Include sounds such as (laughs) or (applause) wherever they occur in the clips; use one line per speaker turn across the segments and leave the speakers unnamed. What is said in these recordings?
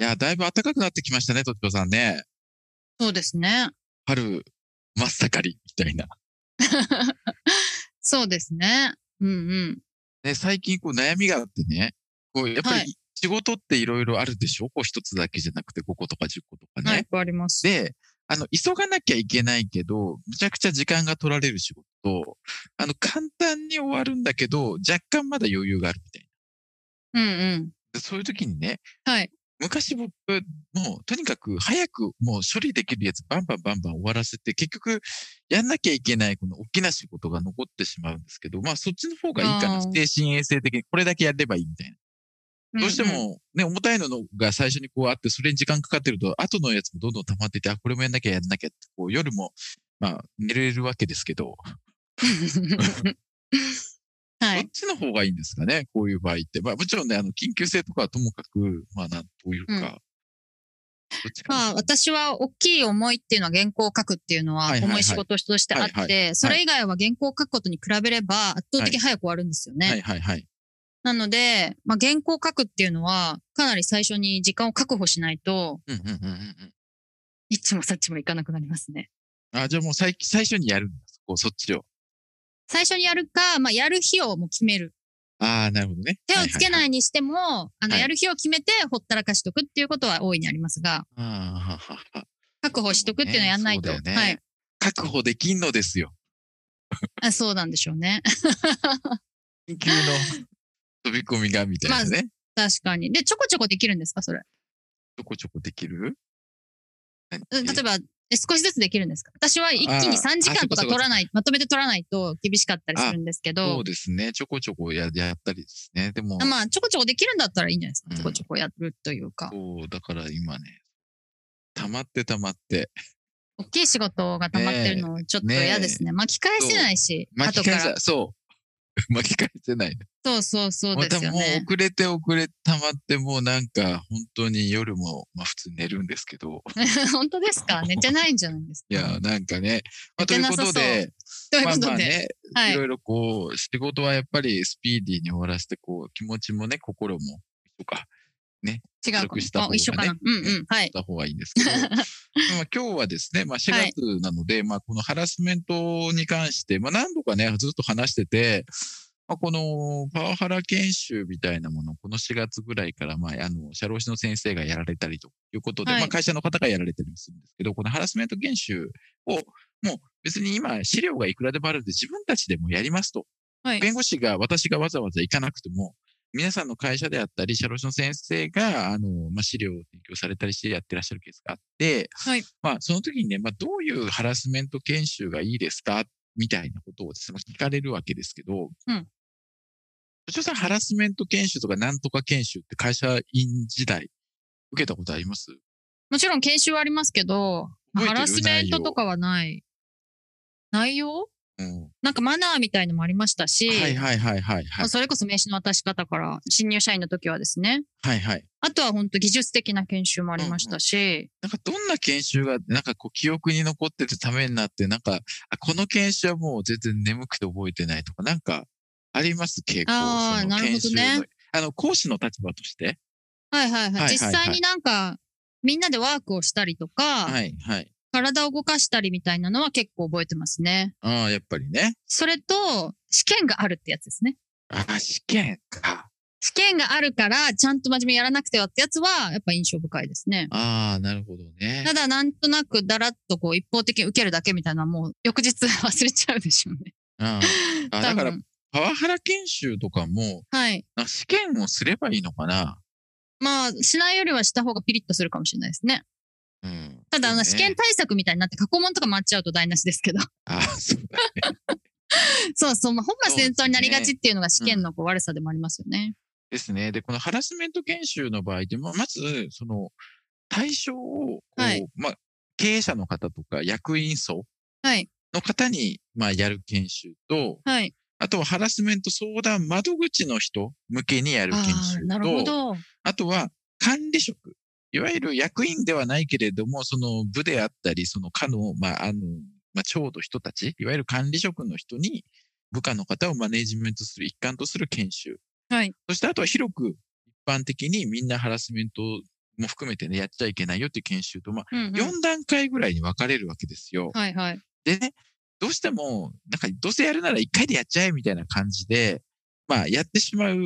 いやー、だいぶ暖かくなってきましたね、とちこさんね。
そうですね。
春、真っ盛り、みたいな。
そうですね。うんうん。
ね、最近、こう、悩みがあってね、こう、やっぱ
は
り、仕事っていろいろあるでしょこう、一つだけじゃなくて、5個とか10個とかね。
はい、あります。
で、あの、急がなきゃいけないけど、むちゃくちゃ時間が取られる仕事と、あの、簡単に終わるんだけど、若干まだ余裕があるみたいな。
うんうん。
でそういう時にね、
はい。
昔僕、もうとにかく早くもう処理できるやつバンバンバンバン終わらせて、結局やんなきゃいけないこの大きな仕事が残ってしまうんですけど、まあそっちの方がいいかな。
あー
精神衛生的にこれだけやればいいみたいな。どうして
んん。
もね、重たいのが最初にこうあって、それに時間かかってると、後のやつもどんどん溜まってて、あ、これもやんなきゃやんなきゃって、こう夜も、まあ寝れるわけですけど、
(laughs)
ど
は
っ
い。
ちの方がいいんですかね、こういう場合って。まあもちろんね、あの緊急性とかはともかく、まあなんというか。
うん
どっちかです
まあ、私は大きい思いっていうのは原稿を書くっていうの
はい
は
はいはい
重い仕事としてあって、
はいはい
それ以外は原稿を書くことに比べれば圧倒的に早く終わるんですよね。
はいはいはい。
なので、まあ、原稿を書くっていうのはかなり最初に時間を確保しないと、
うんうんうんうんうん。
いつもさっちもいかなくなりますね。
あ、じゃあもう最最初にやるんです。こう、そっちを。
最初にやるか、まあ、やる日をもう決める。
ああ、なるほどね。
手をつけ
い。
ないにしても、あの、
はい
やる日を決めてほったらかしとくっていうことは大いにありますが、
はいはいあーははは
確保しとくっていうのはやんないと。
そうだよね
はい
確保できんのですよ。
あ。そうなんでしょうね。 (laughs)
緊急の飛び込みがみたいなね。
確かに。で、ちょこちょこできるんですかそれ。
ちょこちょこできる何
うん例えば、え少しずつできるんですか私は一気に
あー
3時
あ
間と
そう
か
かそうか
取らない、まとめて取らないと厳しかったりするんですけ
そ
ど
う、ですね。ちょこちょこややったりですね。でも、
まあ、ちょこちょこできるんだったらいいんじゃないです
う
か
ん
ちょこちょこやるというか。
そう、だから今ね、溜まって溜まって、
大きい仕事が溜まってるの、ちょっと
ねえ
嫌ですね。巻き返せないし、
巻
後
き
か
返せ
ら。、
そう。 (laughs) 巻き返せない。
そうそうそう
ま
で
た
すよ
もう
ね。
遅れて遅れて溜まって、もうなんか本当に夜も、まあ普通に寝るんですけど、
(laughs) 本当で
(laughs)
すか寝てないんじゃないですか
いや、なんかね。まあ、
い
とい
け
う
な
こ
さそ
と
う
で、
(laughs) という
ま
こ
あ
とで。
まあね、
はいい
ろ。いろこう、仕事はやっぱりスピーディーに終わらせて、こう、気持ちもね、心も、とか、
違うか
軽くした方がね
あ一緒かな。うんうん。はい
し。た方がいいんですけど、
(laughs)
まあ今日はですね、まあ4
はい
月なので、まあこのハラスメントに関して、まあ何度かね、ずっと話してて、まあ、このパワハラ研修みたいなもの、この4月ぐらいから、まあ、あの、社労士の先生がやられたりということで、
はい
まあ、会社の方がやられたりもするんですけど、このハラスメント研修を、もう別に今、資料がいくらでもあるんで、自分たちでもやりますと。
はい
弁護士が、私がわざわざ行かなくても、皆さんの会社であったり、社労士の先生が、あの、まあ、資料を提供されたりしてやってらっしゃるケースがあって、
はい
まあ、その時にね、まあ、どういうハラスメント研修がいいですかみたいなことをですね、聞かれるわけですけど、
うん。
部長さん、ハラスメント研修とかなんとか研修って会社員時代、受けたことあります
もちろん研修はありますけど、
覚えてる
ハラスメントとかはない。内容
うん。
なんかマナーみたいのもありましたし、
はいはいはいはい
ま
は
あ
い。
それこそ名刺の渡し方から、新入社員の時はですね。
はいはい。
あとは本当技術的な研修もありましたし、
なんかどんな研修が、なんかこう記憶に残っててためになって、なんか、あこの研修はもう全然眠くて覚えてないとか、なんか、あります傾向。
あー
その
なるほどね
研修の。あの、講師の立場として。
はいはいはい。
はいはいはい
実際になんか、みんなでワークをしたりとか、
はいはい。
体を動かしたりみたいなのは結構覚えてますね。
ああ、やっぱりね。
それと、試験があるってやつですね。
ああ、試験か。
試験があるから、ちゃんと真面目にやらなくてはってやつは、やっぱ印象深いですね。
ああ、なるほどね
た。だ、なんとなく、だらっとこう、一方的に受けるだけみたいなのはもう、翌日忘れちゃうでしょうね。
あ
(laughs)
ああ
多
だから、
分。
パワハラ研修とかも、
はい。
なんか試験をすればいいのかな。
まあ、しないよりはした方がピリッとするかもしれないですね。
うん。
ただ、あの、試
そうね
験対策みたいになって、過去問とか回っちゃうと台無しです
(laughs)
けど。
ああ、そうだね。
そうそう、まあ、本
そうです
末
ね
転倒になりがちっていうのが試験のこう悪さでもありますよね。
ですね。で、このハラスメント研修の場合で、ままず、その、対象をこう、
はい
まあ、経営者の方とか役員層
はい。
の方に、まあ、やる研修と、
はい。
あとはハラスメント相談窓口の人向けにやる研
ああ、なるほ
修と、
ど。
あとは管理職。いわゆる役員ではないけれども、その部であったり、その課の、まあ、あの、まあ、長の人たち、いわゆる管理職の人に、部下の方をマネージメントする一環とする研修。
はい。
そしてあとは広く一般的にみんなハラスメントも含めてね、やっちゃいけないよっていう研修と、まあ、
うんうん
4段階ぐらいに分かれるわけですよ。
はいはい。
でね、どうしても、なんか、どうせやるなら一回でやっちゃえみたいな感じで、まあ、やってしまう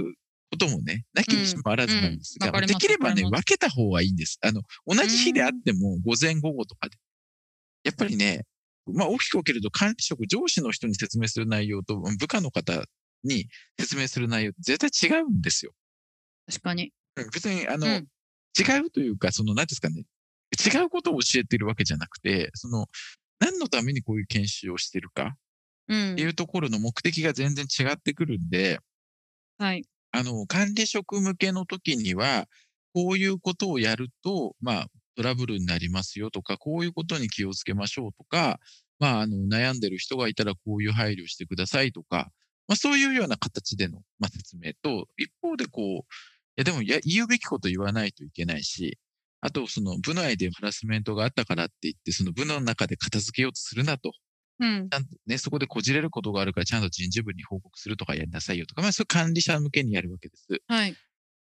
こともね、なきにしもあらずなんですが、
うんうんわかり
で
ます
きればね、
わか
分
り
けた方がいいんです。あの、同じ日であっても、午前午後とかで。やっぱりね、まあ、大きく分けると、管理職、上司の人に説明する内容と、部下の方に説明する内容、絶対違うんですよ。
確かに。
うん別に、あの、
うん
違うというか、その、なんですかね、違うことを教えてるわけじゃなくて、その、何のためにこういう研修をしてるか、
うん
って。いうところの目的が全然違ってくるんで、
はい。
あの、管理職向けの時には、こういうことをやると、まあ、トラブルになりますよとか、こういうことに気をつけましょうとか、まあ、あの、悩んでる人がいたらこういう配慮してくださいとか、まあ、そういうような形での、まあ、説明と、一方でこう、いや、でも、いや、言うべきこと言わないといけないし、あと、その、部内でハラスメントがあったからって言って、その部の中で片付けようとするなと。
うん。
ちゃんとね、そこでこじれることがあるから、ちゃんと人事部に報告するとかやりなさいよとか、まあ、そういう管理者向けにやるわけです。
はい。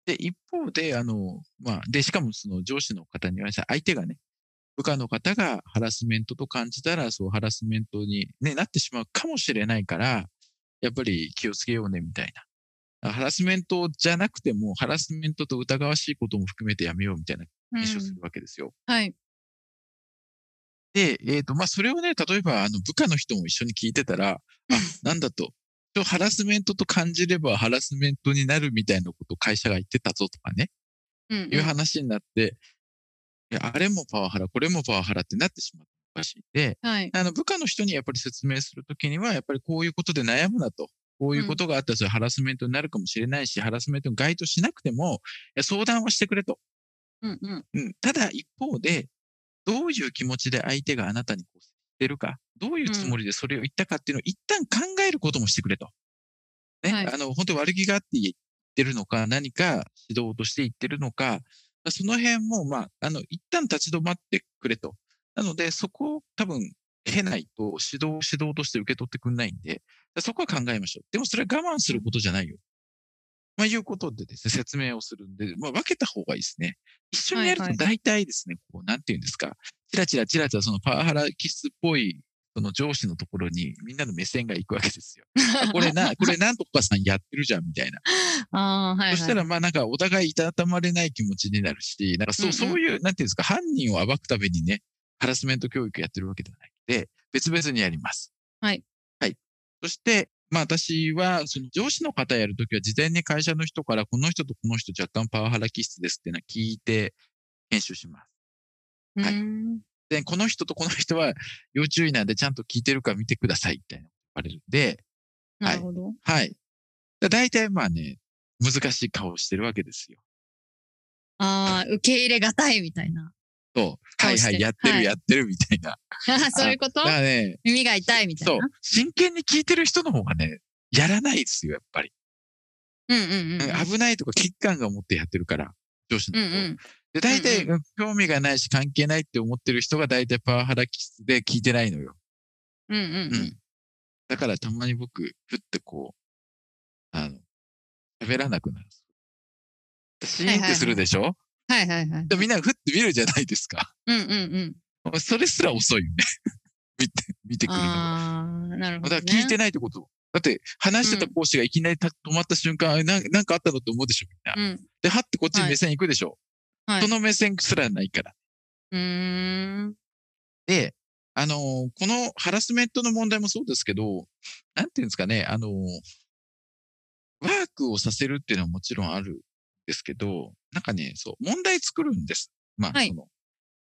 で、一方で、あの、まあ、で、しかもその上司の方には、相手がね、部下の方がハラスメントと感じたら、そうハラスメントに、ね、なってしまうかもしれないから、やっぱり気をつけようね、みたいな。ハラスメントじゃなくても、ハラスメントと疑わしいことも含めてやめようみたいな
うん
印象するわけですよ。
はい。
で、えっ、と、まあ、それをね、例えば、あの、部下の人も一緒に聞いてたら、あ、なんだと。とハラスメントと感じればハラスメントになるみたいなことを会社が言ってたぞとかね、
うんうん。
いう話になって、いやあれもパワハラ、これもパワハラってなってしまったらしい。で、
はい。
あの、部下の人にやっぱり説明するときには、やっぱりこういうことで悩むなと。こういうことがあったらそれハラスメントになるかもしれないし、ハラスメントに該当しなくても、いや相談はしてくれと。
うんうん。
うん、ただ一方で、どういう気持ちで相手があなたにこうしてるか、どういうつもりでそれを言ったかっていうのを一旦考えることもしてくれと。ね、
はい
あの、本当悪気があって言ってるのか、何か指導として言ってるのか、その辺も、まあ、あの、一旦立ち止まってくれと。なので、そこを多分、経ないと指導、指導として受け取ってくんないんで、そこは考えましょう。でもそれは我慢することじゃないよ。まあ、いうことでですね、説明をするんで、まあ、分けた方がいいですね。一緒にやる
は
と
いはい
大体ですね、こう、なんていうんですか、チラチラチラチラそのパワハラ気質っぽい、その上司のところにみんなの目線が行くわけですよ。あこれな、これなんとかさんやってるじゃん、みたいな。
ああ、はいはい。
そしたら、まあなんかお互いいたたまれない気持ちになるし、なんかそう,、
うんうん
そういう、なんていうんですか、犯人を暴くためにね、ハラスメント教育やってるわけではないので、別々にやります。
はい。
はい。そして、まあ私は、その上司の方やるときは、事前に会社の人から、この人とこの人若干パワハラ気質ですっていうのは聞いて、研修します。
う
はい
ーん、
で、この人とこの人は要注意なんで、ちゃんと聞いてるか見てください、みたいなこと言われるんで、
なるほど。
はい。だ大体まあね、難しい顔をしてるわけですよ。
ああ、受け入れがたいみたいな。 (laughs)
と、は
顔
い
して
はい、やって
は
る、
い
やってるみたい
(laughs)
な。
そういうこと
だからね、
耳が痛いみた
そ
いうな。、
真剣に聞いてる人の方がね、やらないですよ、やっぱり。
うんうんうん。
危ないとか危機感が持ってやってるから、上司
う
の
ん
人。
うん。
で、大体、
う
うん興味がないし関係ないって思ってる人が大体パワハラ気質で聞いてないのよ。
うんうんうん。
だからたまに僕、ふってこう、あの、喋らなくなる。シーンってするでしょ、
はいはいはい。
でみんなふって見るじゃないですか。
うんうんうん。
それすら遅いよね。 (laughs) 見て、見てくるのが。
ああ、なるほ
だ
ど、
か
ね。
ら聞いてないってこと。だって、話してた講師がいきなりた止まった瞬間、あななんかあったのって思うでしょ、みんな。
うん。
で、はってこっちに目線行くでしょ。
はい
そ。の目線すらないから。
うーん。
で、あのーこのハラスメントの問題もそうですけど、なんていうんですかね、あのーワークをさせるっていうのはもちろんあるんですけど、なんかね、そう、問題作るんです。まあ、
はい
その、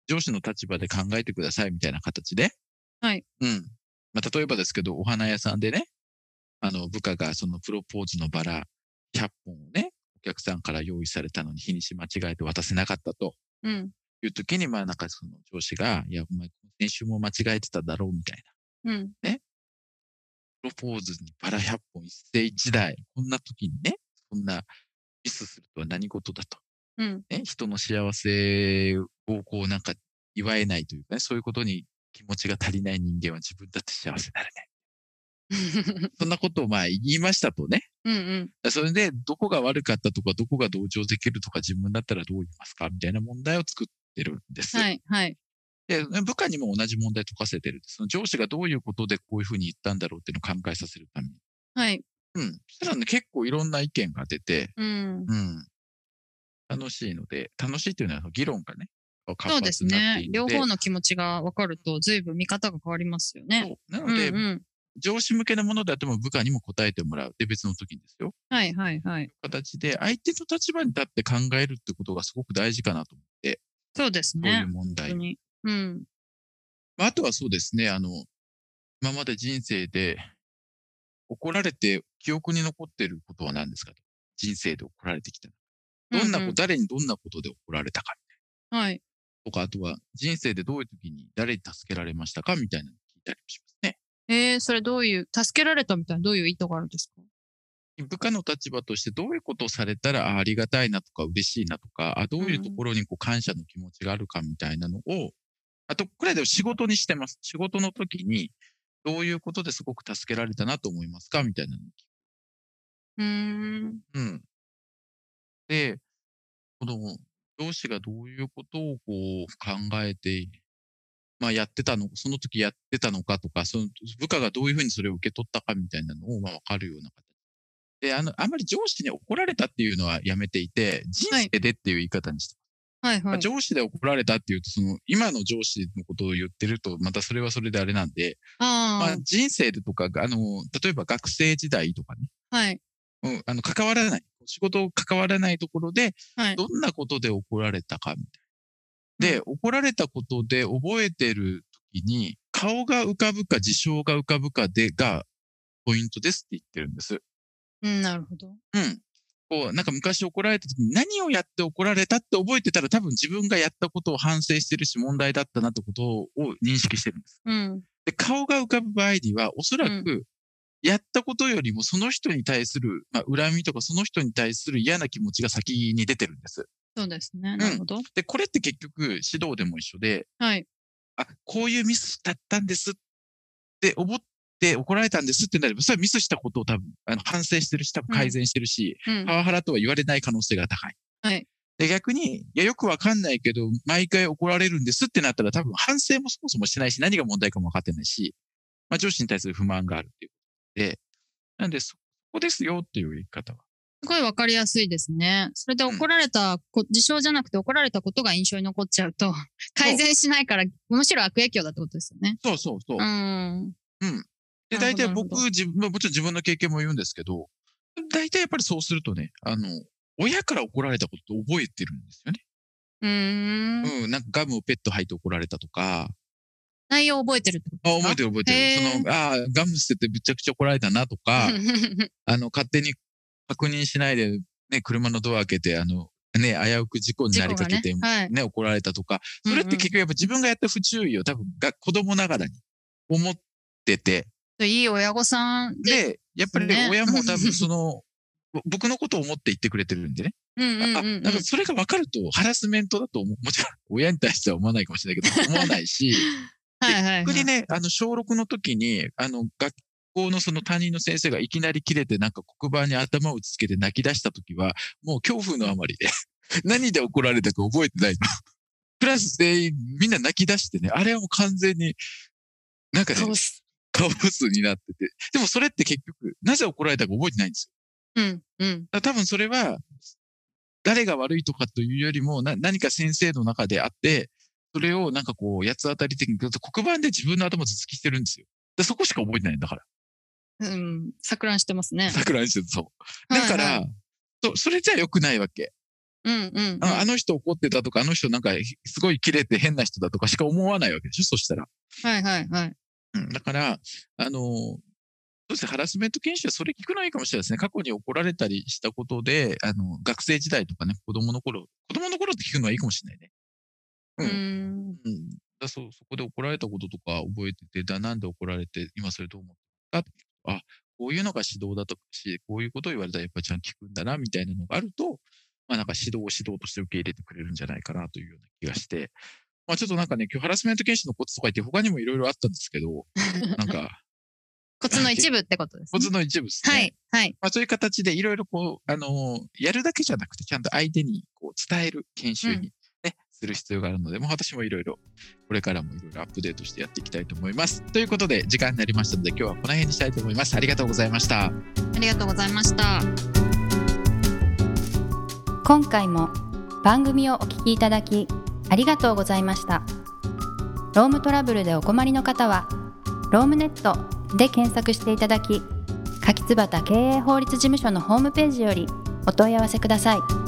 上司の立場で考えてくださいみたいな形で。
はい。
うん。まあ、例えばですけど、お花屋さんでね、あの、部下がそのプロポーズのバラ100本をね、客さんから用意されたのに日にち間違えて渡せなかったと
うん。
いう時に、まあなんかその上司が、いや、お前先週も間違えてただろうみたいな。
うん。
プロポーズにバラ100本一世一代。こんな時にね、そんなミスするとは何事だと。
うん。
ね、人の幸せをこうなんか祝えないというかね、そういうことに気持ちが足りない人間は自分だって幸せになれない。そんなことをまあ言いましたとね。
うんうん。
それで、どこが悪かったとか、どこが同情できるとか、自分だったらどう言いますかみたいな問題を作ってるんです。
はいはい。
で、部下にも同じ問題解かせてるんです。その上司がどういうことでこういうふうに言ったんだろうっていうのを考えさせるために。
はい。
うん。そしたらね、結構いろんな意見が出て、
うん。
うん。楽しいので、楽しいというのは議論がね、活
そうです
発になって
ね
い。る
両
ので
方の気持ちが分かると、ずいぶん見方が変わりますよね。
な
う
の
ん
で、
うん。
上司向けのものであっても部下にも答えてもらう。で、別の時にですよ。
はいはいはい。
形で、相手の立場に立って考えるってことがすごく大事かなと思って、
そうです
こういう
ね。
問
本
題
当
を
に。うん。
まあ、あとはそうですね、あの、今まで人生で怒られて記憶に残ってることは何ですかと人生で怒られてきた。どんなこ
う
と、
んうん
誰にどんなことで怒られたか
はい。
とか、あとは人生でどういう時に誰に助けられましたかみたいなのを聞いたりもしますね。
えー、それどういう、助けられたみたいなどういう意図があるんですか
部下の立場としてどういうことをされたらああありがたいなとか嬉しいなとか、あどういうところにこう感謝の気持ちがあるかみたいなのを、あと、これで仕事にしてます。仕事の時にどういうことですごく助けられたなと思いますかみたいなのを聞く
うーん。
うん。で、この上司がどういうことをこう考えて、まあやってたの、その時やってたのかとか、その部下がどういうふうにそれを受け取ったかみたいなのをまあわかるような形。で、あの、あまり上司に怒られたっていうのはやめていて、人
はい
生でっていう言い方にして、
はい
ま
は
あ
い。
上司で怒られたっていうと、その今の上司のことを言ってると、またそれはそれであれなんで、ま
あ
あ人生でとかが、あの、例えば学生時代とかね、
あ、はい。
うん、あの、関わらない。仕事を関わらないところで、
はい
どんなことで怒られたか、みたいな。で、怒られたことで覚えてる時に、顔が浮かぶか、事象が浮かぶかで、が、ポイントですって言ってるんです。
うん、なるほど。
うん。こう、なんか昔怒られた時に何をやって怒られたって覚えてたら、多分自分がやったことを反省してるし、問題だったなってことを認識してるんです。
うん。
で、顔が浮かぶ場合には、おそらく、やったことよりもその人に対する、まあ、恨みとかその人に対する嫌な気持ちが先に出てるんです。
そうですね。なるほど。
で、これって結局指導でも一緒で、
はい。
あ、こういうミスだったんですって思って怒られたんですってなれば、それはミスしたことを多分、あの、反省してるし、多分改善してるし、
うん
パ。ワハラとは言われない可能性が高い。
はい。
で、逆に、いや、よくわかんないけど、毎回怒られるんですってなったら、多分反省もそもそもしてないし、何が問題かも分かってないし、まあ、上司に対する不満があるっていうことで、なんで、そこですよっていう言い方は。
すごいわかりやすいですね。それで
うん
怒られたこ、事象じゃなくて怒られたことが印象に残っちゃう
(laughs)
と、改善しないから、むしろ悪影響だってことですよね。
そうそうそう
う。ん。
で、
な
大
るほど
体
なるほ
僕、
ど
自分、まあもちろん自分の経験も言うんですけど、大体やっぱりそうするとね、あの、親から怒られたことって覚えてるんですよね。
うーん。
うん、なんかガムをペット吐いて怒られたとか、
内容覚えてるってこ
あ、
か
覚えてる覚えてる。
へー
その、ああ、ガム捨ててぶっちゃくちゃ怒られたなとか、
(laughs) と
あの、勝手に確認しないで、ね、車のドア開けて、あの、ね、危うく事故に
事
なりか
故が
け
ね
て、。ね
はい。
怒られたとか、それって結局やっぱ自分がやった不注意を多分が子供ながらに思ってて、
構。いい親御さんで。
で、やっぱりね
ね
親も多分その、ぼ僕のことを思って言ってくれてるんでね。
うんうんうん
あ、
うん。
なんかそれが分かるとハラスメントだと思う。もちろん親に対しては思わないかもしれないけど、思わないし、
はいはいはい。
逆にね、あの、小6の時に、あの、学校のその担任の先生がいきなり切れて、なんか黒板に頭を打ちつけて泣き出した時は、もう恐怖のあまりで、 (laughs) 何で怒られたか覚えてないの。クラス全員みんな泣き出してね、あれはもう完全に、なんかね
カ、オス
カオスになってて。でもそれって結局、なぜ怒られたか覚えてないんですよ。
うんうん。
だから多分それは、誰が悪いとかというよりも、な何か先生の中であって、それをなんかこう、八つ当たり的に、黒板で自分の頭頭突きしてるんですよ。でそこしか覚えてないんだから。
うん。錯乱してますね。
桜井先生、そう。だから、
はいはい
そそれじゃ良くないわけ。
うんうん。
ああの人怒ってたとか、あの人なんかすごい切れて変な人だとかしか思わないわけでしょそしたら。
はいはいはい。
うん、だから、あの、そうですね、ハラスメント研修はそれ聞くのいいかもしれないですね。過去に怒られたりしたことで、あの、学生時代とかね、子供の頃、子供の頃って聞くのはいいかもしれないね。
う
うん
ん。
うん。だそう、そこで怒られたこととか覚えてて、だ、なんで怒られて、今それどう思ったって聞くとあ、こういうのが指導だとかし、こういうことを言われたらやっぱりちゃんと聞くんだな、みたいなのがあると、まあなんか指導を指導として受け入れてくれるんじゃないかなというような気がして、まあちょっとなんかね、今日ハラスメント研修のコツとか言って他にもいろいろあったんですけど、なん (laughs) か、
コツの一部ってことです、
コ
ね。
ツの一部ですね。
はい。はい。
まあ、そういう形でいろいろこう、あのーやるだけじゃなくて、ちゃんと相手にこう伝える研修に、ねする必要があるので、もう私もいろいろ、これからもいろいろアップデートしてやっていきたいと思います。ということで、時間になりましたので、今日はこの辺にしたいと思います。ありがとうございました。
ありがとうございました。
今回も番組をお聞きいただきありがとうございましたロームトラブルでお困りの方はロームネットで検索していただき柿椿経営法律事務所のホームページよりお問い合わせください